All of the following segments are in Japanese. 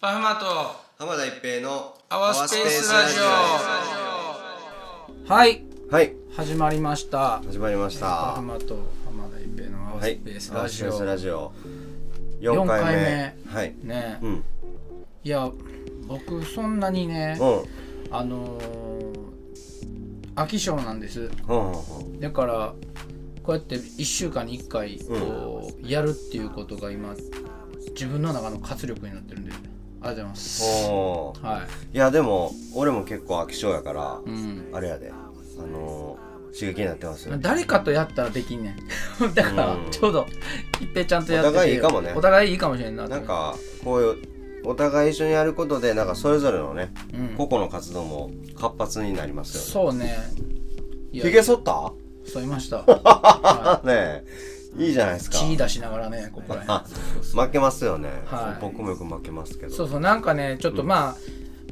パフマと浜田一平のアワスペースラジアワスはいペースラジオはい始まりました始まりましたパフはマと浜田一平のアワスいペースアラワスジペオ、ースラジオ四4回回目目はいねうんうんいや僕そんなにねうんあのー、飽き性なんですうんだからこうやって1週間に1回こうやるっていうことが今自分の中の活力になってるんでありがとうございますおーはいやでも俺も結構飽き性やからい、うんあれやであのー、刺激になってますよ誰かとやったらできんねん だからうんちょうど一平ちゃんとやっててお互いいいかもねお互いいいかもしれんなとなんかこういうお互い一緒にやることでなんかそれぞれのねうん個々の活動も活発になりますよねそうねいひげ剃ったそういました あねえいいじゃないですか血出しながらねここら辺あ負けますよね、はい僕もよく負けますけどそうそうなんかねちょっとまあ、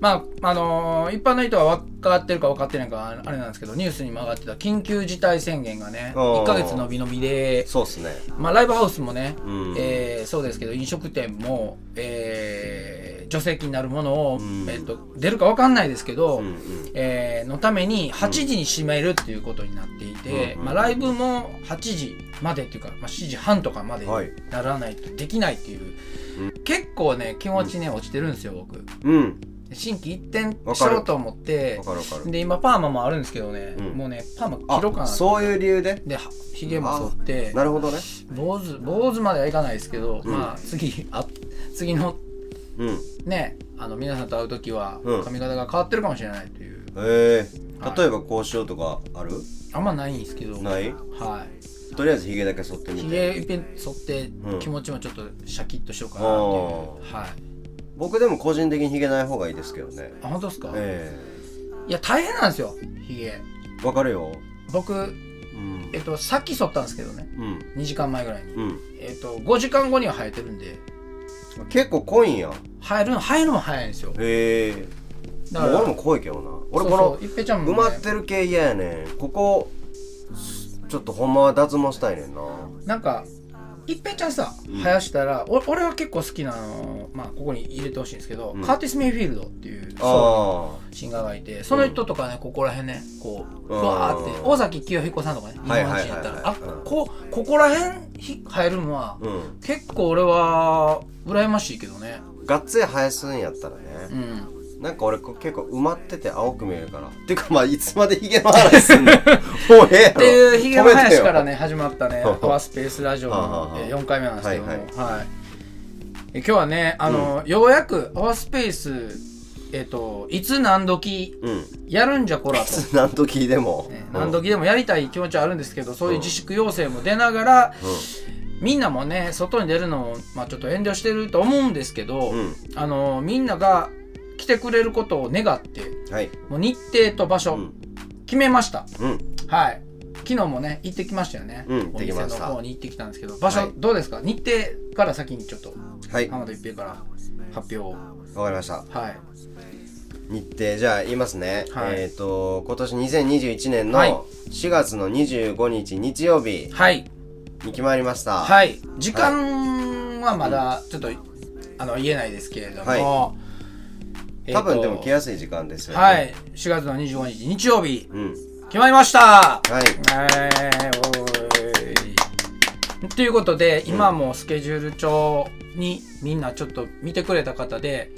まああのー一般の人は分かってるか分かってないかあれなんですけどニュースにも上がってた緊急事態宣言がねあー1ヶ月延び延びでそうっすねまあ、ライブハウスもね、うんえーそうですけど飲食店も、えー、助成金になるものを、うんえっと出るかわかんないですけど、うんうんえーのために8時に閉めるっていうことになっていて、うんうんまあ、ライブも8時までっていうか、まあ、7時半とかまでにはいならないとできないっていう、結構ね気持ちね落ちてるんですよ僕うん心機一転わしかるようと思ってわかるわかるで今パーマもあるんですけどね、うんもうねパーマ切ろうかあなそういう理由でではひげも剃ってなるほどね坊主坊主まではいかないですけど、うんまあ次あ次のうんへねあの皆さんと会う時はうん髪型が変わってるかもしれないという、えはい例えばこうしようとかあるあんまないんですけどないはいとりあえずヒゲだけ剃ってみひてげいっぺん剃ってうん気持ちもちょっとシャキッとしようかなっていう、はい僕でも個人的にヒゲない方がいいですけどねあ本当ですか、えいや大変なんですよひげえわかるよ僕うんえっとさっき剃ったんですけどねうん2時間前ぐらいに、うんえっと5時間後には生えてるんで結構濃いんや生えるの生えるのも早いんですよへえだから俺も濃いけどな俺こそうのそういっぺんちゃん埋も、ね、まってる系嫌やねんここちょっとほんまは脱毛したいねんななんかいっぺんちゃんさうん生やしたら、お俺は結構好きなあのまあここに入れてほしいんですけど、うんカーティス・メイフィールドっていうああシンガーがいてその人とかね、ここら辺ねこううんわーって尾崎清彦さんとかね日はい本はいはいはい人やったらあうんこここら辺ひ入るのは、うん結構俺は羨ましいけどねがっつり生やすんやったらうね、んなんか俺こう結構埋まってて青く見えるからていうかまあいつまでヒゲの話すん のもうええやろっていうひげの止めて話よからね始ま ったねははパワースペースラジオははのは4回目なんですけどもははいい、え今日はねあの、ようやくパワースペースえっ、といつ何時うんやるんじゃこらと何時でも、ね何時でもやりたい気持ちはあるんですけどそういう自粛要請も出ながら、みんなもね外に出るのも、まあ、ちょっと遠慮してると思うんですけど、うんあのみんなが来てくれることを願ってうんはいもう日程と場う所、ん決めましたうんはい昨日もね行ってきましたよね、うん行おってき店のました方に行ってきたんですけど場所、はいどうですか日程から先にちょっとはいわ浜田一平から発表をかりましたはい日程じゃあ言いますね、はいえっ、と今年2021年はいの4月の25日日曜日はいに決まりました、はい、時間はまだちょっと、あの言えないですけれども、はえーと多分でも来やすい時間ですよねはい、4月の25日日曜日うん決まりましはた。いえーおーいということで今もうスケジュール帳にみんなちょっと見てくれた方で。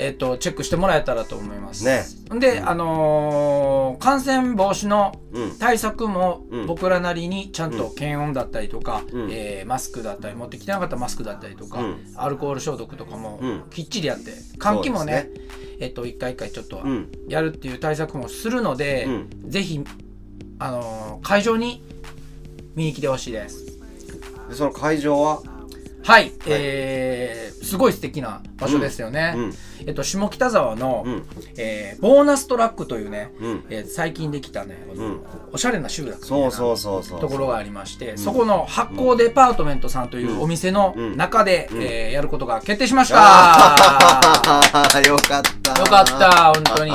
えっと、チェックしてもらえたらと思います。ねで、あのー感染防止のうん対策もうん僕らなりにちゃんと検温だったりとか、うんえーマスクだったり持ってきてなかったマスクだったりとか、うんアルコール消毒とかもうんきっちりやって換気もねそうえっと一回一回ちょっとうんやるっていう対策もするので、うんぜひ、あのー会場に見に来てほしいです。でその会場ははい、えー、すごい素敵な場所ですよね。うんえっと、下北沢の、うんえーボーナストラックというね、うんえー最近できたね、このうんおしゃれな集落みたいなそうそうそうそうところがありまして、そこの発酵デパートメントさんというお店の中で、えーやることが決定 しましたよああよかったかった本当に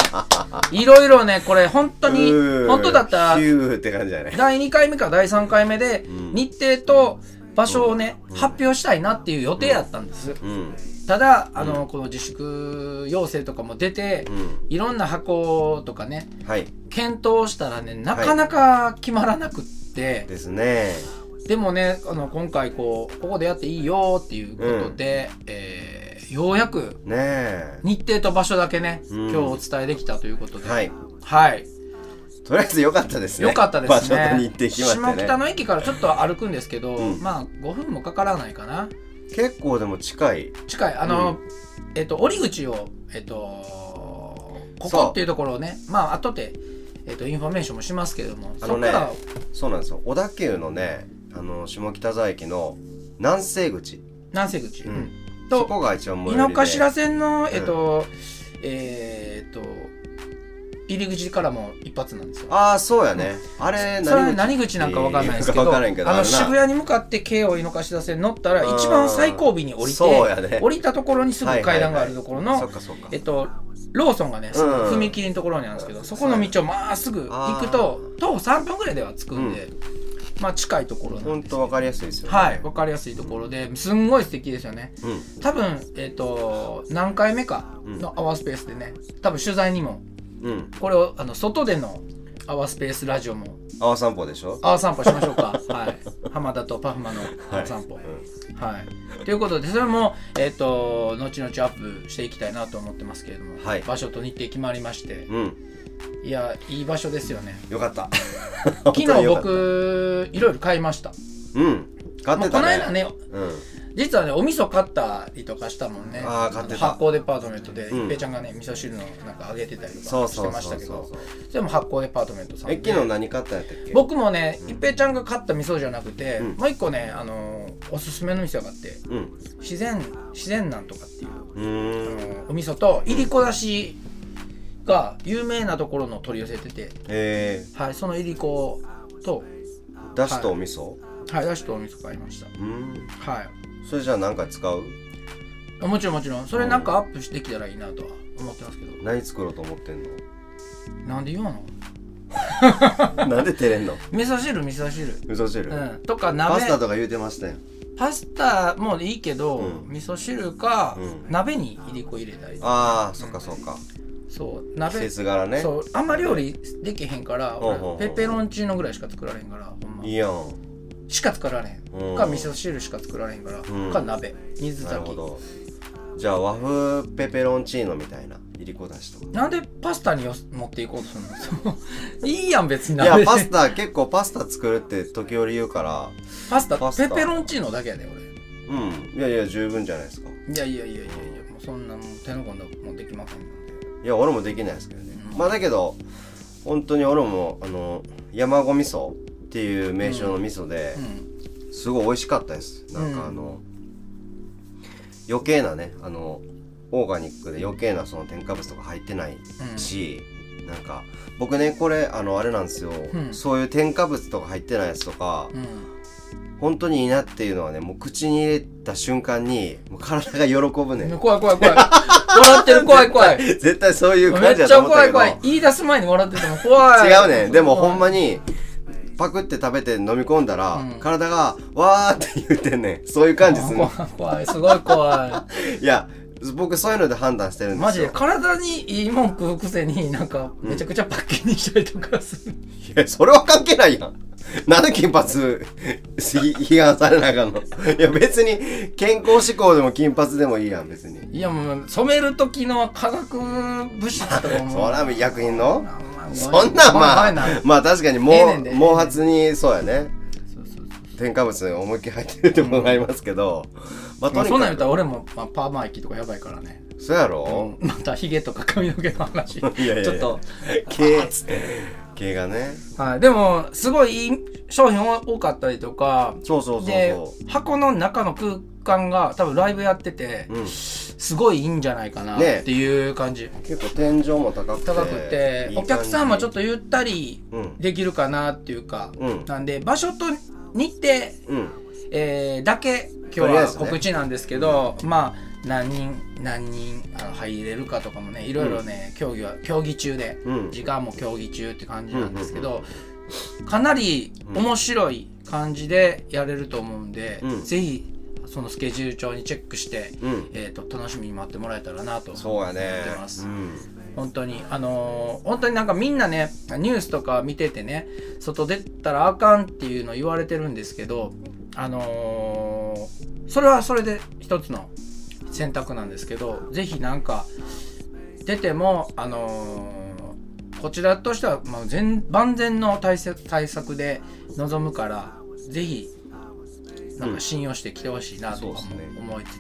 いろいろねこれ本当にうー本当だったらヒューって感じだね第2回目か第3回目でん日程と場所をね、発表したいなっていう予定やったんです、うんただあの、うんこの自粛要請とかも出て、うんいろんな箱とかねはい検討したらねなかなか決まらなくって、ですねでもねあの今回こうここでやっていいよっていうことで、えーようやくねえ日程と場所だけね、うん今日お伝えできたということで、はいはいとりあえず良かったですねよかったですね。場所と日程決まっ下て北ねの駅からちょっと歩くんですけど、うんまあ5分もかからないかな。結構でも近い近い。あの、えっと、折口を、えっと、こそうこっていうところをね、まあ後で、えっと、インフォメーションもしますけども、あそのこねから、そうなんですよ小田急のねあの下北沢駅の南西口南西口、うんうんそと、こが一番井最寄のりで頭線の、えっと、えーっと、入り口からも一発なんですよ。ああそうやね、あれそれは何口何口なんか分かんないですけえーどわからんけどああのるな渋谷に向かって京王井の頭線乗ったらうん一番最後尾に降りそうて、やね降りたところにすぐ階段があるところの、そっかそっかえっとローソンがね、うん踏切のところにあるんですけどそこの道をまっすぐ行くと徒歩3分ぐらいでは着くんで、まあ近いところなん本です当わかりやすいですよ、ね、はい分かりやすいところですんごい素敵ですよねう多分えっと何回目かのアワースペースでね多分取材にもんうんこれをあの外でのアワースペースラジオも阿波散歩でしょアワー散歩しましょ うかはい浜田とパフマのアワー散歩はいうんはいということでそれもえっ、と後々アップしていきたいなと思ってますけれども、はい場所と日程決まりましてうんいやいい場所ですよねよかった本 昨当日によかった僕いろいろ買いましたうん買っもうてたこのね間ねうん実はねお味噌買ったりとかしたもんねあー買ってたの発酵デパートメントで、うん一平ちゃんがね味噌汁のなんかあげてたりとそかうしそてうましそたうけそどうでも発酵デパートメントさんでえ昨日何買ったんやったっけ僕もね一平ちゃんが買った味噌じゃなくて、うんもう一個ねあのーおすすめの味噌があってうん自然自然なんとかっていううーんあのーお味噌といりこだしが有名なところの取り寄せてて、えはい、そのいりこと、ー、だしとお味噌、はい、だしとお味噌買いましうんたはいそれじゃあ何か使うもちろんもちろんそれなんかアップしてきたらいいなとは思ってますけど何作ろうと思ってんの なんで言わんのなんで照れんの味噌汁味噌汁味噌汁、うんとか鍋パスタとか言うてましたよパスタもいいけど、うん味噌汁か、うん鍋にいりこ入れたりああそっかそっかそう季鍋節柄ねそうあんま料理できへんからほうほうほう俺ペペロンチーノぐらいしか作られへんからほんまいいやんしか作られへんうんか味噌汁しか作られへんからうんか鍋水なる炊ほきどじゃあ和風ペペロンチーノみたいないりこだしとかなんでパスタによ持っていこうとするの そういいやん別にいや鍋でパスタ結構パスタ作るって時折言うからパスタパスタペペロンチーノだけやで俺うんいやいや十分じゃないですかいやいやいやいやいやもうそんなもう手の込んだもんできませんのでいや俺もできないですけどね、うんまあだけど本当に俺もあの山子味噌っていう名称の味噌でう、んすごい美味しかったですなんうんかあの、余計なねあのオーガニックで余計なその添加物とか入ってないうんし、なんか僕ねこれあのあれなんですよ、うんそういう添加物とか入ってないやつとか、うん本当にいいなっていうのはねもう口に入れた瞬間にもう体が喜ぶねん怖い怖い怖い笑ってる 怖い怖い 絶対そういうめ感っじだちとゃ思った怖けいど怖い言い出す前に笑ってても怖い違うねんでもほんまにパクって食べて飲み込んだら、うん体がわーって言うてんねんそういう感じすん怖のい怖いすごい怖いや僕そういうので判断してる いんでマすジよで体にいいもん食うくせになんかめちゃくちゃパッキンにしたりとかする、いやそれは関係ないやんなんで金髪批判されなあかんのいや別に健康志向でも金髪でもいいやん別にいやもう染める時の化学物質とかもそら医薬品のそお前んなんまお前あなまあ確かにえ毛えねんでええねんで毛髪にそうやねそうそうそう添加物思いっきり入ってるってもらいますけど、まあまとあにそんなかん言うくたら俺も、まあ、パーマ液とかやばいからね、そうやろ、またヒゲとか髪の毛の話いやいやいやちょっと毛毛がねはい、でもすごいいい商品多かったりとかそうそうそうでそ箱の中の空間が多分ライブやってて、う、うん、すごいいいんじゃないかなっねていう感じ、結構天井も高くて高くてお客さんもちょっととゆったりうんできるかなっていうか、うんなんで場所と日程、うんえーだけと今日りあえはずね告知なんですけどまあ何人何人あの入れるかとかもねいろいろね、競技は競技中で、うん時間も競技中って感じなんですけど、かなり面白い感じでやれると思うんで、うんぜひそのスケジュール帳にチェックして、うんえー、と楽しみに待ってもらえたらなと思そうやってねます。うん本当にあのー本当になんかみんなねニュースとか見ててね外出たらあかんっていうの言われてるんですけどあのーそれはそれで一つの選択なんですけどぜひなんか出てもあのーこちらとしては、まあ、全万全の対策対策で臨むからぜひなんか信用してきてほしいなとかそうっすねも思いつ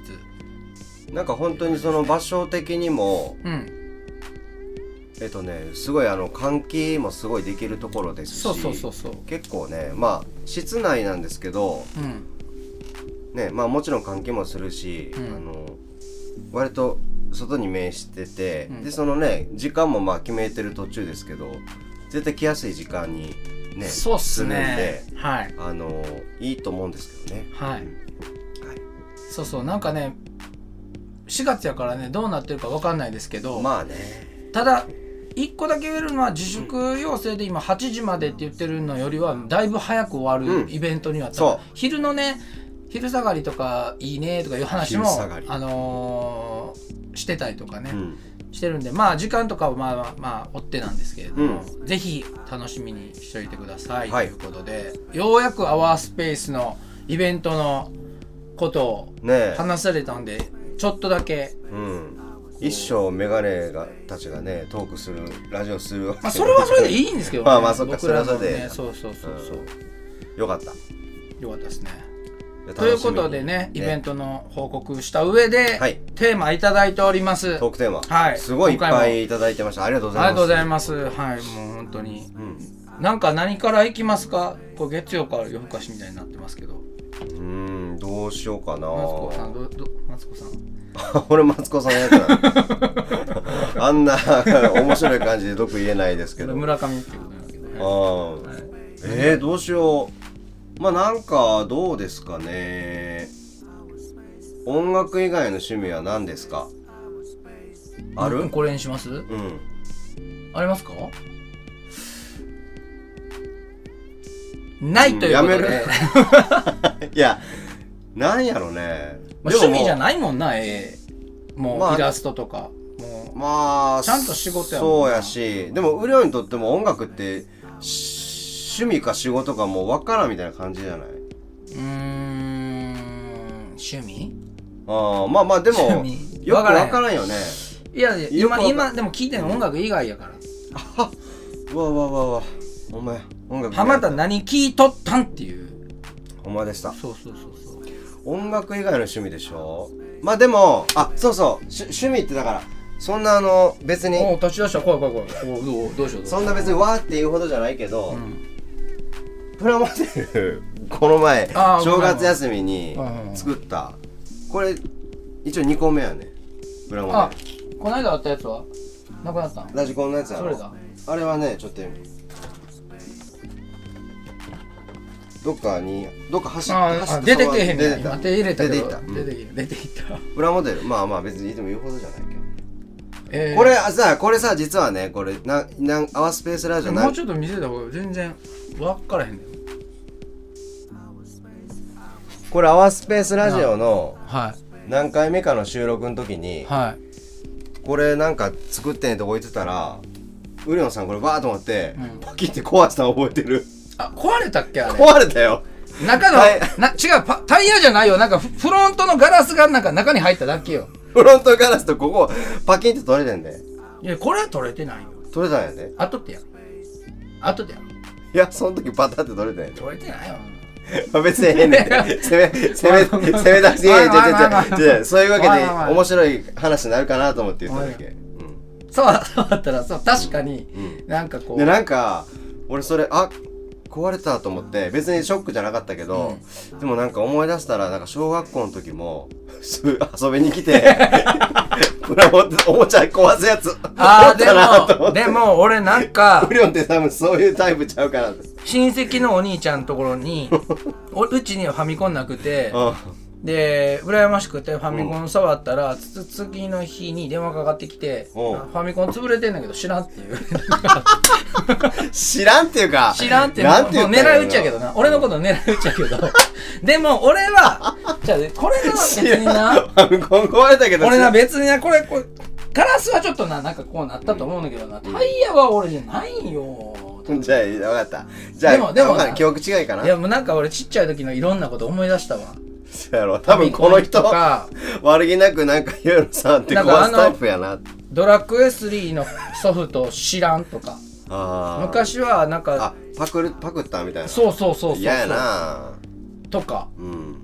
つ、なんか本当にその場所的にもうんえっとねすごいあの換気もすごいできるところですしそうそうそうそう結構ねまあ室内なんですけどうんねまあもちろん換気もするし、うんあの割と外に面してて、うんでそのね時間もまあ決めてる途中ですけど絶対来やすい時間にねそうっすすねるんではいあのいいと思うんですけどねはいうんはいそうそうなんかね4月やからねどうなってるか分かんないですけど、まあねただ1個だけ言えるのは自粛要請で今8時までって言ってるのよりはだいぶ早く終わうるんイベントには、ったそう昼のね昼下がりとかいいねとかいう話も昼下がりあのーしてたりとかね、うんしてるんでまあ時間とかはまあまあ、まあ、追ってなんですけれども、うぜひ楽しみにしておいてください、はいということでようやくアワースペースのイベントのことをねえ話されたんでちょっとだけ、うん、一生メガネがたちがねトークするラジオするわけまあ、それはそれでいいんですけど、ね、まあまあそっか僕らのそれはそれねでそうそうそうそう、よかったいよかったですねやということでねイベントトの報告した上で、はいテーマいただいておりますトークテーマ、はいすごいいっ今ぱ回いいただいてましたありがとうあごりざいますがとうござまいますはいもう本当にすなんか何からいきますかこれ月曜から夜更かしみたいになってますけどうんうんどうしようかなマツコさんどどマツコさん 俺マツコさんやから あんな面白い感じで毒言えないですけど村上ってことなんだけどねああ、えー、どうしようまあなんかどうですかね音楽以外の趣味は何ですかあうんるこれにしますうんありますかないということで、やめるいやなんやろね、 まあ、でも趣もう味じゃないもんな絵もう、まあイラストとかもまあちゃんと仕事やもそんうなやしでもうりょうにとっても音楽ってし趣味か仕事かもう分からんみたいな感じじゃないううーん趣味ああまあまあでもよ趣味く分わかからんよねいやいやよくわ今か今でも聞いてるの音楽以外やからうわうわうわうわお前音楽浜田何聞いとったんっていうほんまでしたそうそうそうそう音楽以外の趣味でしょまあでもあそうそうし趣味ってだからそんなあの別おにう立ち出した怖い怖い怖いおうどうどうしようどうしようそんな別にわーっていうほどじゃないけど、うんプラモデルこの前あー正月休みにうん作ったこれ一応2個目やねプラモあデルこの間あったやつはなくなったんラジコンのやつやそれだろあれはねちょっとどっかにどっか走っあ走あって出てけへん出ねてた今手入れたけ出てどいったうん出てきた出てきたプラモデルまあまあ別にいても言うほどじゃないけどえーこれあさこれさ実はねこれななんアワスペースラジオなもうちょっと見せた方が全然分からへんねこれアワスペースラジオのは何回目かの収録の時いにはこれなんか作ってんやと置いてたらウリオンさんこれバーッと思って、うんパキって壊したの覚えてるあ壊れたっけあれ壊れたよ中の、はいな違うパタイヤじゃないよなんかフフロントのガラスがなんか中に入っただけよフロントガラスとここパキンって取れてんでいやこれは取れてないよ取れたんやで後ってやる後でやるいやその時パタって取れたんやで取れてないよまあ別にええねんて攻め攻め攻め出してええねんまあまあまあまあてじゃあじゃあそういうわけでまあまあまあ面白い話になるかなと思って言っただけ、はうんそうそうだったらそう確かに、うなんかこうでなんか俺それあ壊れたと思って別にショックじゃなかったけど、でもなんか思い出したらなんか小学校の時もす遊びに来て これおおもちゃ壊すやつあおったなと思あってでもでも俺なんか不良って多分そういうタイプちゃうからうん親戚のお兄ちゃんのところにおうちにはファミコンなくてで羨ましくてファミコン触ったら、つ次の日に電話かかってきて「あフおうァミコン潰れてんだけど知らん」っていう 知らんっていうか。知らんっていうなんて言もうったら狙いいい撃のちやけどな俺のこと狙い撃ちやけど でも俺はじゃあこれが別になファ ミコン壊れたけど。俺知らなん別になこれこれガラスはちょっとななんかこうなったと思うんだけどな、タイヤは俺じゃないよじゃあ、わかった。じゃあ、でもでもわかんない記憶違いかないやもうなんか俺ちっちゃい時のいろんなこと思い出したわそうやろ。多分この人ファミコンと、か悪気なくなんか言うのさってなんか壊あすのタイプやな。ドラクエ3のソフト知らんとかあー。昔はなんあか、パクる、パクったみたいな。そうそうそうそう嫌やなとかうん。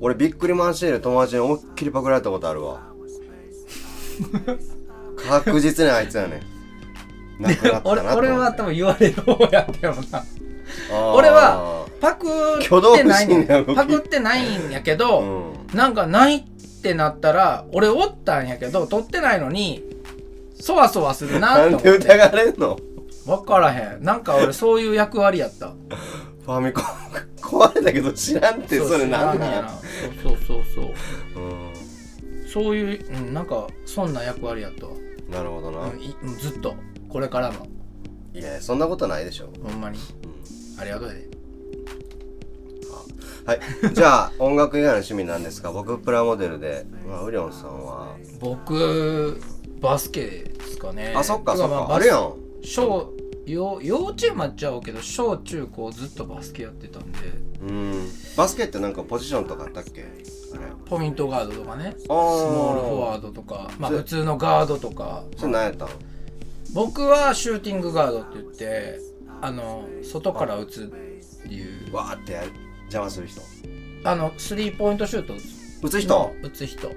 俺、びっくりマンシール友達に思いっきりパクられたことある わ。確実にあいつやねん。なくなったなと思っ俺て俺は多分言われる方やったよなあー俺はパクってないねん挙動不審な動きパクってないんやけうど、ん。なんかないってなったら俺おったんやけど取ってないのにそわそわするななとん思でって疑われんの分からへんなんか俺そういう役割やったファミコン壊れたけど知らんって、うそれなん知らんなやんなそうそうそうそううん。そういう、うん、なんかそんな役割やったわ、なるほどなうん。いうんずっとこれからもいや、そんなことないでしょ。ほんまにうんありがとうねはい。じゃあ、音楽以外の趣味なんですが、僕、プラモデルで、まあ、ウリョンさんは、僕バスケですかねあ、そっか、てそっまか、バあスるやん。小幼幼稚園もやっちゃうけど小中高ずっとバスケやってたんでうん。バスケってなんかポジションとかあったっけあれ。ポイントガードとかあねスモールフォー。ワードとか、まあ、それ普通のガードとかそれ何やったん僕はシューティングガードって言ってあの外から打つっていうわーってやる邪魔する人。あのスリーポイントシュート打つ打つ人打つ人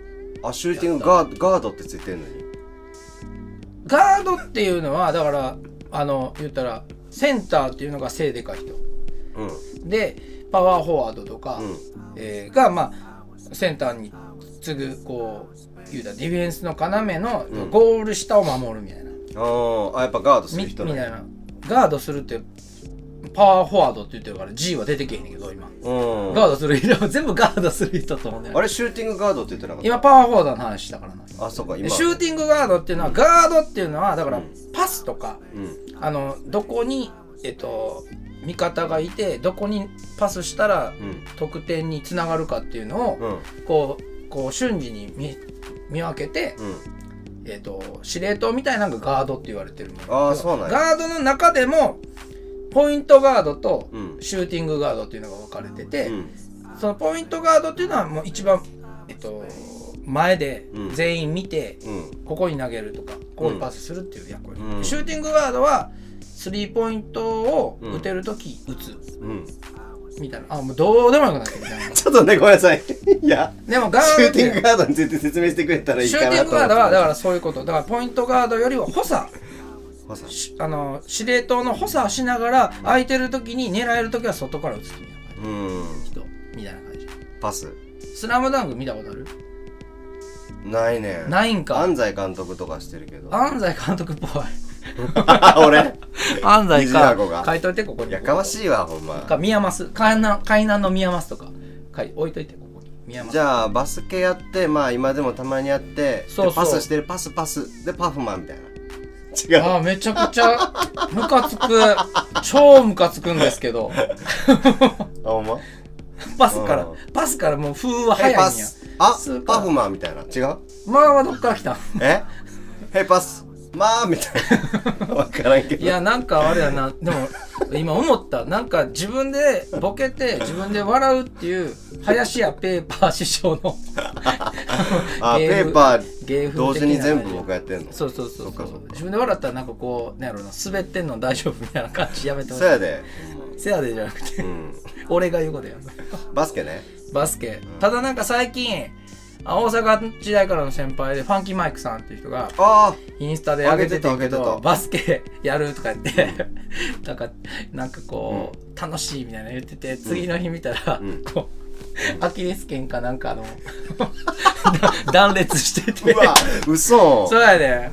あ、シューティングガーガードってついてんのに。ガードっていうのはだからあの言ったらセンターっていうのが背でかい人うん。でパワーフォワードとか、うん。えーが、まあ、センターに次ぐこう言うたらディフェンスの要のうんゴール下を守るみたいな、あー、あやっぱガードすみるみ人たいなんやなガードするってパワーフォワードって言ってるから G は出てけへんねんけど今、うん。ガードする人 全部ガードする人と思うねんあれ、シューティングガードって言ってなかっ今パワーフォワードの話したからなたあ、そっか、で今。シューティングガードっていうのはガードっていうのはだからうんパスとか、うん。あのどこにえっと味方がいてどこにパスしたらうん。得点につながるかっていうのを、うん。こうこう瞬時に見見分けて、うん。えー、と司令塔みたいなのがガードって言われてるものあーそうなんやガードの中でもポイントガードとうん。シューティングガードっていうのが分かれてて、うん。そのポイントガードっていうのはもう一番、えっと前でうん全員見て、うん。ここに投げるとかここにパスするっていう役割、うんシューティングガードはスリーポイントを打てるとき打つうん。みたいなあもうどうでもよくなってきたなちょっとね、ごめんなさい。 いや。でもガードっシてューティングガードについて説明してくれたらいいシュかーテなィンとグ思ってガードはだからそういうことだからポイントガードよりは補佐まさにしあの司令塔の補佐をしながら空いてる時に狙える時は外から打つみたいな感うんじ人みたいな感じパススラムダンク見たことあるないねないんか安西監督とかしてるけど安西監督っぽい 俺安西虹だこかが書いといてここにやかまいしいわほんまか宮益海南海南の宮益とか書い置いといてここに宮益じゃあバスケやってまあ今でもたまにやってそうそうでパスしてるパスパスでパフマンみたいな違うあーめちゃくちゃムカつく超ムカつくんです けどあほんまパスからうパスからもう風は早ヘいんやパスあスーパーパフマンみたいな違うまあまあどっから来たんえヘパスまあみたい なわからんけいどやなんかあれやなでも今思ったなんか自分でボケて自分で笑うっていう林家ペーパー師匠のあ芸ペ風ーパー芸風同時に全部ボ僕ケやってんのそうそうそうそっそかうそっか自分で笑ったらなんかこうなんやろな滑ってんの大丈夫みたいな感じやめてほしそいうやでせやでじゃなくてほんま俺が言うことやうんバスケねバスケただなんか最近あ大阪時代からの先輩でファンキーマイクさんっていう人がああインスタで上げてたけ上げてた上げてどたバスケやるとか言って、 なんかなんかこう、楽しいみたいなの言ってて次の日見たら、うんこう、アキレス腱かなんかあの だ断裂しててう わ嘘そうやで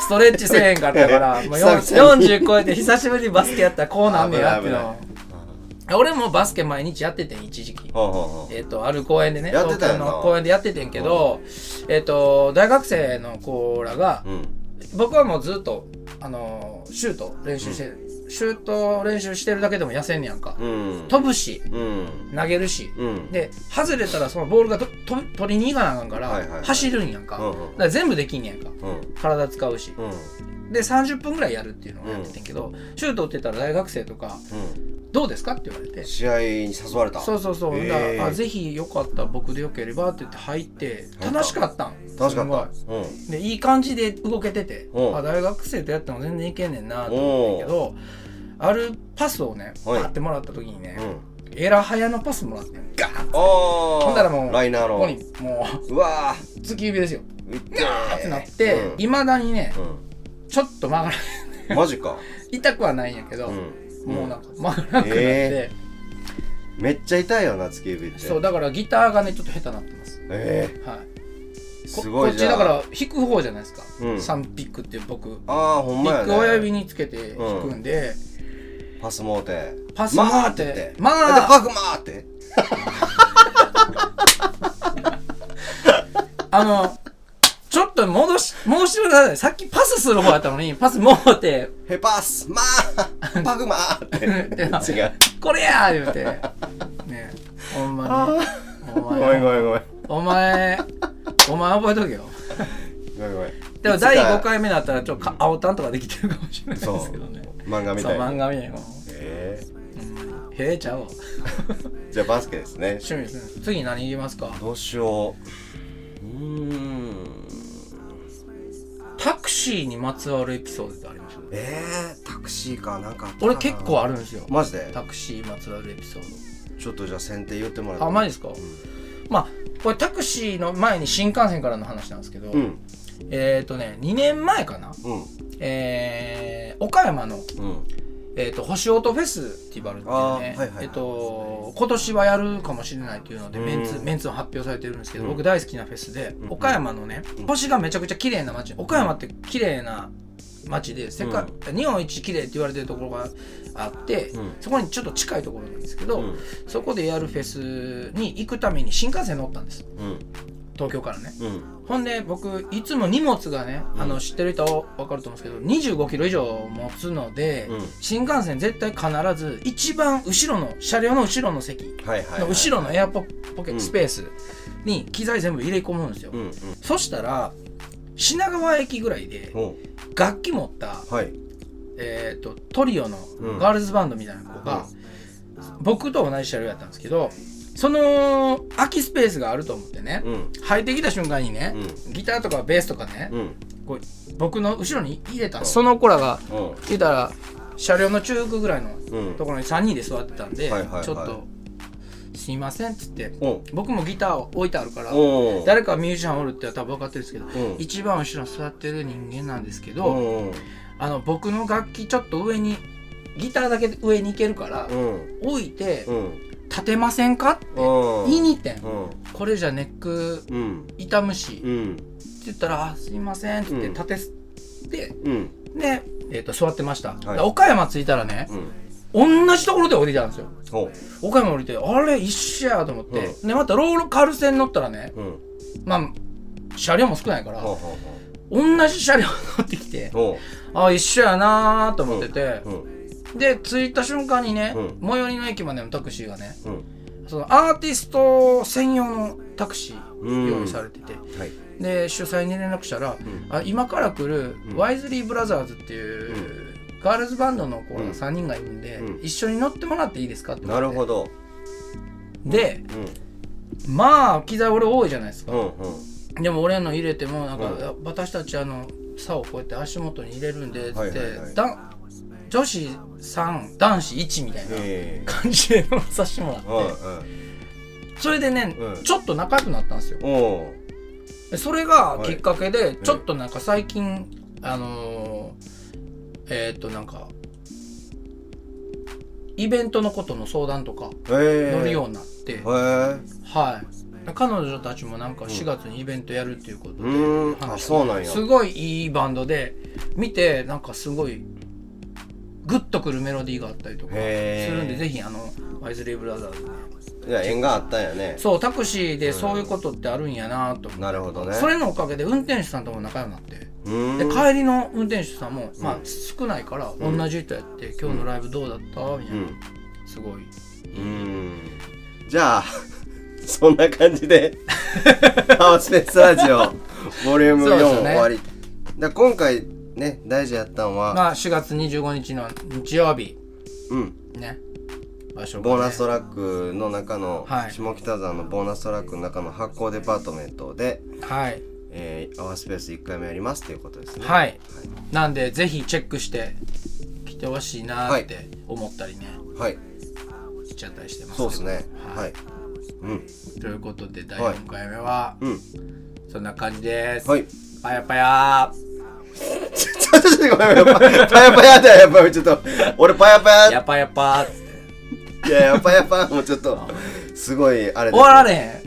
ストレッチせえ へんかったからもう久々に40超えて久しぶりにバスケやったらこうなんねやっていうのを危ない危ない俺もバスケ毎日やっててん一時期ほうほうほえっ、とある公園でねやってたよな東京の公園でやっててんけど、えっ、と大学生の子らがう。うん。僕はもうずっとあのーシュート練習して、シュート練習してるだけでも痩せんねやんか、うん。飛ぶしうん。投げるし、うん。で外れたらそのボールがとと取りに行かなあかんから、はいはいはい走るんやんか,、うんうんだから全部できんねやんかうん。体使うしうん。で30分ぐらいやるっていうのをやっててんけど、シュート打ってたら大学生とかうん。 「どうですか?」って言われて試合に誘われた。そうそうそう、へえだからあぜひよかった僕でよければって言って入って入った楽しかったん楽しかすごいった。うん。でいい感じで動けててうんあ大学生とやっても全然いけんねんなと思ってんけどあるパスをねパはいッてもらった時にね、うん。エラ早のパスもらってガーンああ。ほんだらもうライナーここのに。もううわあ。突き指ですようっガーってなっていま、未だにねうちょっと曲がらない ん。マジか。痛くはないんやけど、うん。もうなんんか曲がらなくなって、えめっちゃ痛いよな、月指って。そう。だからギターがねちょっと下手になってます、えはい、え。こすごいこっじちゃだあから弾く方じゃないですか、うんサンピックっていう僕ピああ、ほんまやッね。ク親指につけて弾くんで、パスモーテ。パスマ回ーっって言てって。まあだってパクマーって。あのちょっと戻し戻してくださいさっきパスする方やったのにパスもうてヘパスマ ーパクマーって。違う。これやー言うてねほんまにおごめん前ごめんごめん。お前お前覚えとけよごめんごめん。でもいつか第5回目だったらちょっとか青タンとかできてるかもしれないそうですけどね。漫画みそたうい漫に。画見ないよええへえちゃうわじゃあバスケですね。趣味ですね次何言いますかどうしよう。うーん。タクシーにまつわるエピソードってありますええ、タクシーかなんかあったかな。俺結構あるんですよマジでタクシーまつわるエピソーちょっとじゃあ先手言ってもらってドあマジですか、まあこれタクシーの前に新幹線からの話なんですけど、うんえっ、とね2年前かなうんえー、岡山の、うんえー、と星音フェスティバルっていうね、あーはいはいはいえっ、と今年はやるかもしれないというのでメンツうんメンツの発表されてるんですけど、うん僕大好きなフェスで、うん岡山のねうん星がめちゃくちゃ綺麗な街岡山って綺麗な街で世界、日本一綺麗って言われてるところがあって、うんそこにちょっと近いところなんですけど、うんそこでやるフェスに行くために新幹線乗ったんですうん東京からねうんほんで僕いつも荷物がね、うんあの知ってる人は分かると思うんですけど2 5キロ以上持つので、うん新幹線絶対必ず一番後ろの車両の後ろの席はいはいはいの後ろのエアポポケッうんトスペースに機材全部入れ込むんですよ、うんうんそしたら品川駅ぐらいでおう楽器持った、はいえー、とトリオのうんガールズバンドみたいな子が、僕と同じ車両やったんですけどその空きスペースがあると思ってね、うん入ってきた瞬間にね、うギターとかベースとかね、うんこう僕の後ろに入れたうんのその子らがうん言うたら車両の中腹ぐらいのうんところに3人で座ってたんで、はいはいはいちょっと「すいません」っつっておう僕もギターを置いてあるからおう誰かミュージシャンおるって多分分かってるんですけどうん一番後ろに座ってる人間なんですけどおうあの僕の楽器ちょっと上にギターだけ上に行けるからうん置いてうん立てませんかってうん言いに行ってんうんこれじゃネックうん痛むしってうん言ったら「あすいません」って言ってうん立てすて。うんで、えー、と座ってました、いで岡山着いたらねうん同じところで降りたんですよおう岡山降りてあれ一緒やと思って、でまたロールカル線乗ったらねうんまあ車両も少ないからおう同じ車両乗ってきておうあ一緒やなーと思ってて、おううんで着いた瞬間にね、うん最寄りの駅までのタクシーがねうんそのアーティスト専用のタクシうんー用意されてて、はいで主催に連絡したら、んあ今から来るうんワイズリーブラザーズっていう、ガールズバンドの子うんが3人がいるんで、うん一緒に乗ってもらっていいですかって言なわれるてほどでうんまあ機材俺多いじゃないですか、うんうんでも俺の入れてもなんか、う私たちあの竿をこうやって足元に入れるんでって、はいはいはいだん女子3男子1みたいなええ感じで乗らさせてもらって、うんそれでね、うんちょっと仲良くなったんですよおうでそれがきっかけで、ちょっとなんか最近、あのーえーっとなんかイベントのことの相談とかええ乗るようになって、へえはい彼女たちもなんか4月にイベントやるっていうことうで、ーんあ話そうなんやすごいいいバンドで見てなんかすごいグッとくるメロディーがあったりとかすへーるんでぜひあのワイズリーブラザーズねじゃあ縁があったんやねそうタクシーでそういうことってあるんやなと思ってなるほどねそれのおかげで運転手さんとも仲良くなってうーんで帰りの運転手さんも、まあ、少ないから同じ人やって、今日のライブどうだったみたういな、んすごい。うんじゃあ そんな感じ でハウスペースラジオボリュームそうです4よね終わり、だから今回ね大事やったのは、まあ4月25日の日曜日うんね場所がねボーナストラックの中の、はい下北沢のボーナストラックの中の発行デパートメントで、はいえー、アワースペース1回目やりますっていうことですねはい、なんでぜひチェックして来てほしいなーって思ったりね、はいしちゃったりしてますけそうどですねはい、はいうんということで第はい4回目はうんそんな感じです、はい ぱやぱやちょっとごめんごめんパヤパヤだよやっぱりちょっと俺パヤパーヤやぱやぱ ーっつっていややっぱやっぱもうちょっとすごいあれ終わられれへ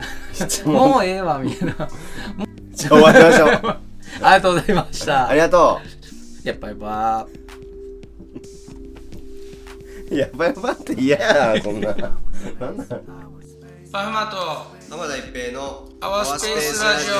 ん もうええわみんなじゃあ終わりましょうありがとうございましあたりがとやっぱやぱーうやっぱやっぱって嫌やなそんななんなんパフマと浜田一平のアワースペースラジオ